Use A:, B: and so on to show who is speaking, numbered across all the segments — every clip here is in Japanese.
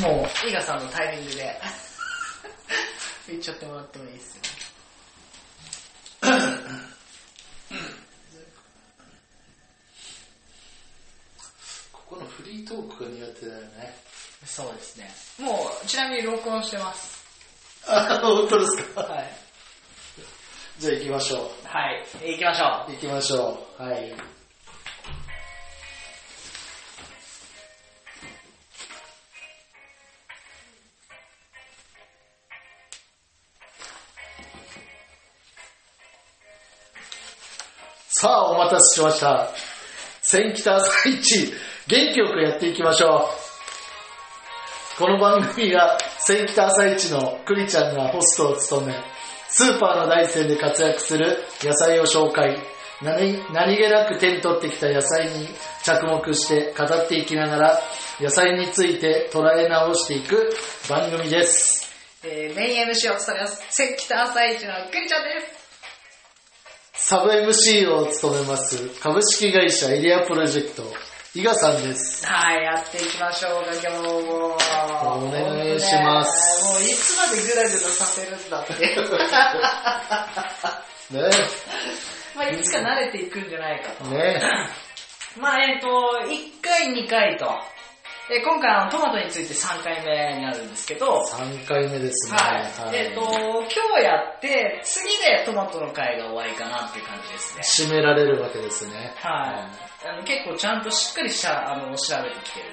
A: もう、映画さんのタイミングで言っちゃってもらってもいいですよ。
B: ここのフリートークが苦手だよね。
A: そうですね。もう、ちなみに録音してます。
B: あ、本当です
A: は
B: か。
A: い。
B: じゃあ行きましょう。
A: はい、行きましょう。
B: 行きましょう。はい。さあ、お待たせしました。千北朝一、元気よくやっていきましょう。この番組は、千北朝一の栗ちゃんがホストを務め、スーパーの大山で活躍する野菜を紹介、何何気なく手に取ってきた野菜に着目して語っていきながら、野菜について捉え直していく番組です。
A: えー、メイン MC を務めます、関北朝一のくりちゃんです。
B: サブ MC を務めます、株式会社エリアプロジェクト、伊賀さんです。
A: はい、やっていきましょうか、今日も。
B: お願いします
A: もうねもういつまでグラグラさせるんだって。
B: ね
A: まあいつか慣れていくんじゃないかと。
B: ね
A: まあえっ、と、1回、2回と。で今回あのトマトについて3回目になるんですけど、はい。
B: 3回目ですね。
A: えっ、と、今日やって、次でトマトの回が終わりかなっていう感じですね。
B: 締められるわけですね。
A: はい、あの結構ちゃんとしっかりしたあの調べてきてる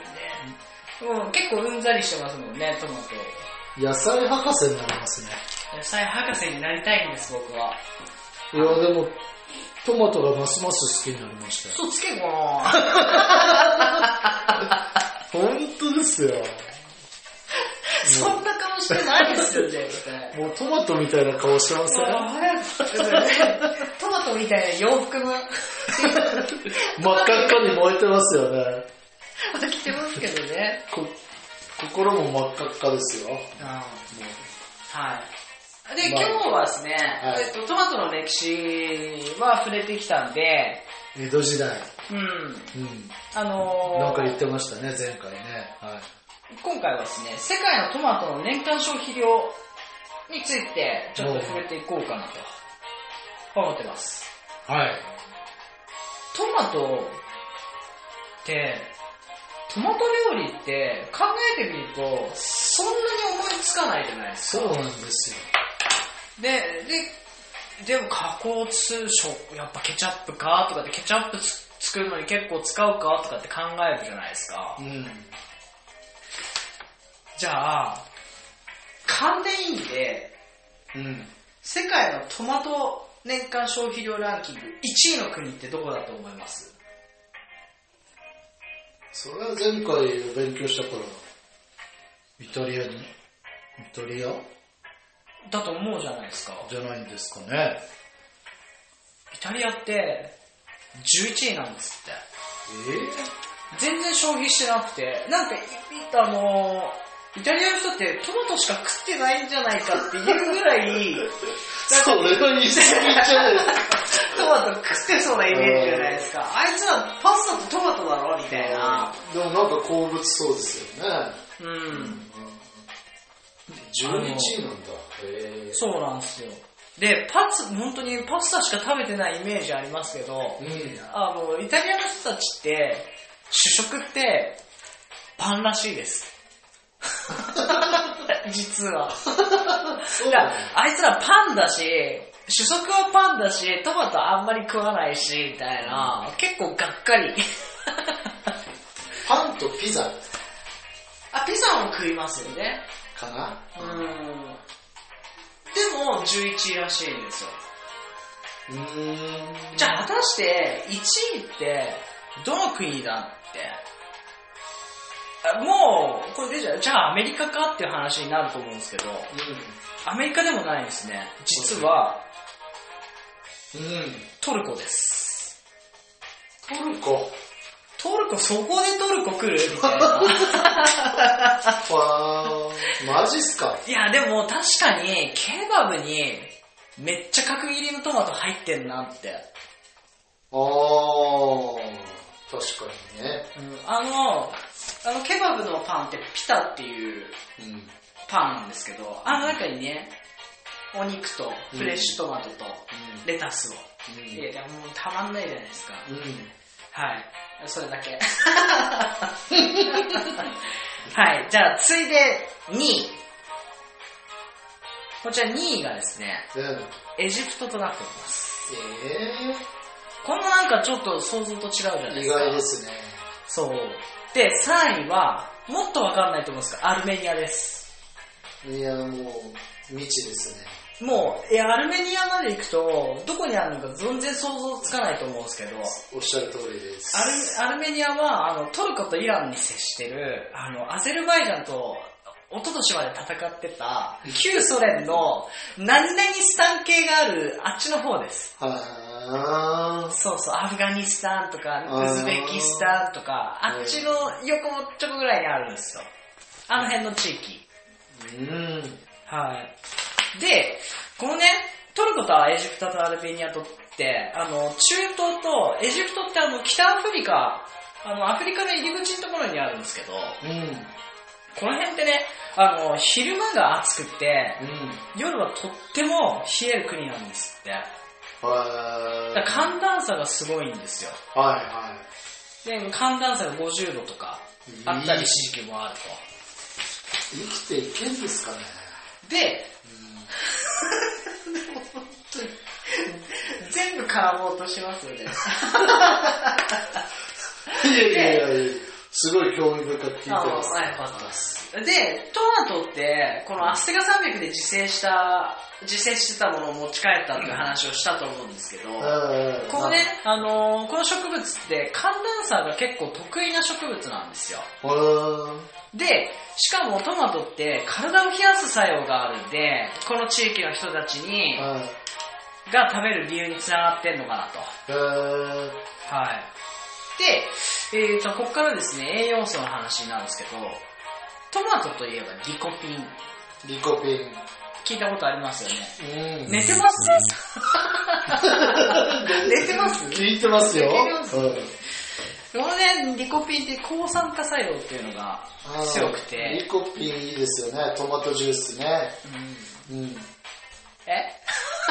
A: んで、もう結構うんざりしてますもんね、トマト。
B: 野菜博士になりますね。
A: 野菜博士になりたいんです、僕は。
B: いや、でも、トマトがますます好きになりましたよ。
A: そうつけこな
B: 本当ですよ。
A: そんな顔してないですよ、絶対。
B: もうトマトみたいな顔してません
A: トマトみたいな洋服も
B: 真っ赤っかに燃えてますよね。
A: 着てますけどね。
B: こ心も真っ赤っかですよ。も
A: はい。で、今日はですね、
B: はい
A: えっと、トマトの歴史は触れてきたんで、
B: う江戸時代。
A: うん、
B: うん。
A: あのー
B: なんか言ってましたね、前回ね。はい。
A: 今回はですね、世界のトマトの年間消費量についてちょっと触れていこうかなと思ってます。
B: はい。
A: トマトって、トマト料理って考えてみるとそんなに思いつかないじゃないですか。
B: そうなんですよ。
A: で、で、でも加工通食、やっぱケチャップかとかってケチャップつ作るのに結構使うかとかって考えるじゃないですか
B: う。ん。
A: じゃあ、勘でいいんで、
B: うん。
A: 世界のトマト年間消費量ランキング1位の国ってどこだと思います
B: それは前回勉強したから、イタリアに、イタリア
A: だと思うじゃないですか
B: じゃないんですかね。
A: イタリアって11位なんですって
B: え
A: 全然消費してなくてなんかいいあのーイタリアの人ってトマトしか食ってないんじゃないかっていうぐらい
B: それは言い過ぎちゃうよ。
A: トマト食ってそうなイメージじゃないですかあいつはパスタとトマトだろみたいな
B: でもなんか好物そうですよね。
A: うん
B: 12チームなんだ。へ
A: そうなんですよでパス本当にパスタしか食べてないイメージありますけど、
B: え。うん。
A: あの、イタリアの人たちって、主食って、パンらしいです。 実は。
B: そう
A: いや、あいつらパンだし、主食はパンだし、トマトあんまり食わないし、みたいな、結構がっかり。
B: パンとピザ
A: あ、ピザも食いますよね。
B: かな
A: うん。でも、11位らしいんですよ。
B: うーん。
A: じゃあ、果たして、1位って、どの国だって。あもう、これでじゃあ、じゃあアメリカかっていう話になると思うんですけど、アメリカでもないですね。実は、
B: うん。うん。
A: トルコです。
B: トルコ。
A: トルコ、そこでトルコ来るみたいな。
B: わー。マジっすか
A: いや、でも確かに、ケバブに、めっちゃ角切りのトマト入ってんなって。
B: あー。確かにね。
A: うんあの、あの、ケバブのパンってピタっていう
B: うん。
A: パンなんですけど、あの中にね、お肉とフレッシュトマトとレタスを
B: うん
A: 入れて、もうたまんないじゃないですか。
B: う
A: はい。それだ け。はい。じゃあ、次いで2位。こちら2位がですね、
B: ん。うん。
A: エジプトとなっております。
B: え
A: これもなんかちょっと想像と違うじゃない
B: え
A: で
B: 意
A: すか。
B: 外ですね。
A: そう。で、3位は、もっとわかんないと思うんですが、アルメニアです。
B: いや、もう、未知ですね。
A: もう、え、アルメニアまで行くと、どこにあるのか全然想像つかないと思うんですけど、
B: おっしゃる通りです。
A: アルアルメニアはあのトルコとイランに接してるあのアゼルバイジャンと一昨年まで戦ってた旧ソ連の何々スタン系があるあっちの方です。
B: は
A: そうそう、アフガニスタンとか
B: あ、ー
A: ウズベキスタンとか、あっちの横もちょこぐらいにあるんですよ。あの辺の地域。
B: ーん。うん。
A: はい。で、このね、トルコとエジプトとアルメニアとって、あの、中東と、エジプトってあの、北アフリカ、あの、アフリカの入り口のところにあるんですけど、
B: うん。
A: この辺ってね、あの、昼間が暑くて、
B: うん。
A: 夜はとっても冷える国なんですって。
B: は
A: だ
B: い。
A: から寒暖差がすごいんですよ。
B: はいは
A: で、寒暖差が50度とか
B: い。
A: あったりし時期もある
B: 生きていけんですかね。
A: と。で、全部絡もうとしますよね。
B: いやいやいや、すごい興味深く聞いて
A: あ
B: ます。
A: はい、よかったです。で、トマトって、このアステカ山脈で自生した、自生してたものを持ち帰ったっていう話をしたと思うんですけど、
B: うん。
A: このね、あのーこの植物って寒暖差が結構得意な植物なんですよ。
B: うん。うん。
A: で、しかもトマトって体を冷やす作用があるんで、この地域の人たちに、が食べる理由につながってんのかなと。
B: うん。
A: はい。で、えー、と、ここからですね、栄養素の話になるんですけど、トマトといえばリコピン。
B: リコピン。
A: 聞いたことありますよね。
B: うん
A: 寝てます、寝てます
B: 聞いてますよ。
A: 寝てます
B: うん
A: このね、リコピンって抗酸化作用っていうのが強く
B: あーリ
A: て、
B: コピンいいですよね。トマトジュースね。
A: うん、
B: うん。
A: え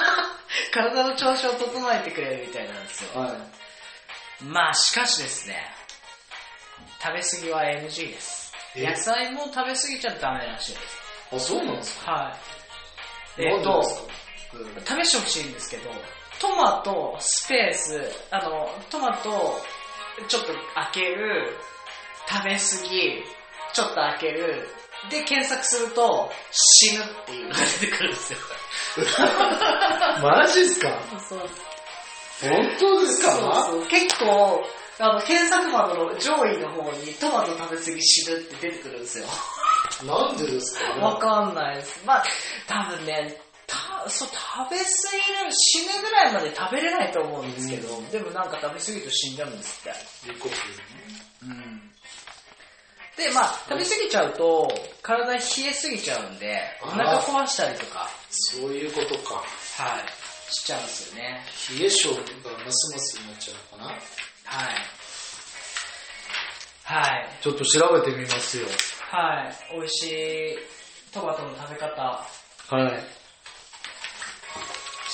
A: 体の調子を整えてくれるみたいなんですよ。
B: は
A: まあしかしですね、食べ過ぎは NG です。
B: え
A: 野菜も食べ過ぎちゃダメらしいです。
B: い。あ、そうなんですか
A: はい。えっ、と、
B: なんでです
A: 試してほしいんですけど、トマト、スペース、あの、トマト、ちょっと開ける、食べ過ぎ、ちょっと開ける、で検索すると、死ぬっていうのが出てくるんですよ。
B: かうんマジっすか
A: そう
B: 本当ですか
A: そうそう結構あの検索窓の上位の方にトマト食べ過ぎ死ぬって出てくるんですよ
B: なんでですか ね
A: わかんないですまあ多分ねたそう食べ過ぎる死ぬぐらいまで食べれないと思うんですけど、でもなんか食べ過ぎると死んじゃうんですって
B: リコピ
A: うんでまあ食べ過ぎちゃうと体冷えすぎちゃうんでお腹壊したりとか
B: そういうことか。
A: はいしちゃうんですよね
B: 冷え性がますますになっちゃうのかな
A: はいはい
B: ちょっと調べてみますよ。
A: はい、美味しいトマトの食べ方、
B: はい。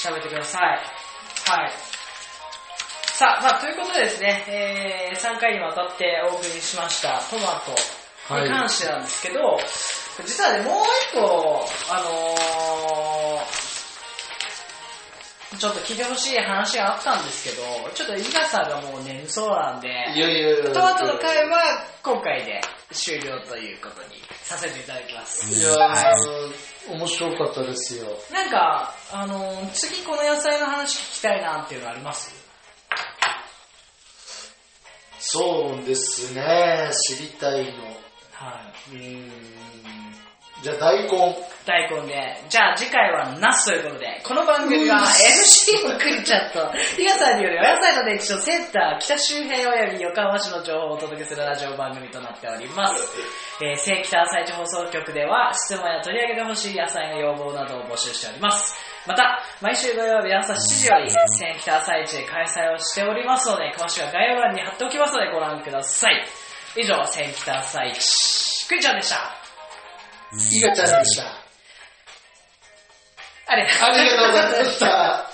A: 調べてください。はい。さあ、まあ、ということでですね、えー、3回にわたってお送りしましたトマトに関してなんですけど、実はね、もう一個、あのーちょっと聞いてほしい話があったんですけど、ちょっと伊賀さんがもう眠そうなんで、
B: いやいやいや。
A: トマトの会は今回で終了ということにさせていただきます。
B: いやー、面白かったですよ。
A: なんか、あのー次この野菜の話聞きたいなっていうのあります
B: そうですね、知りたいの。
A: はい。
B: うーん。じゃあ大根。
A: 大根で。じゃあ次回はナスということで、この番組は
B: うん
A: MC のクリちゃんと、リガさんによるお野菜の歴史をセンター、北周辺及び横浜市の情報をお届けするラジオ番組となっております。えー、正北朝市放送局では、質問や取り上げてほしい野菜の要望などを募集しております。また、毎週土曜日朝7時より、正北朝市で開催をしておりますので、詳しくは概要欄に貼っておきますのでご覧ください。以上、千北朝市、くりちゃんでした。
B: いがちゃんでした。
A: ありがとうございました
B: ありがとうございました。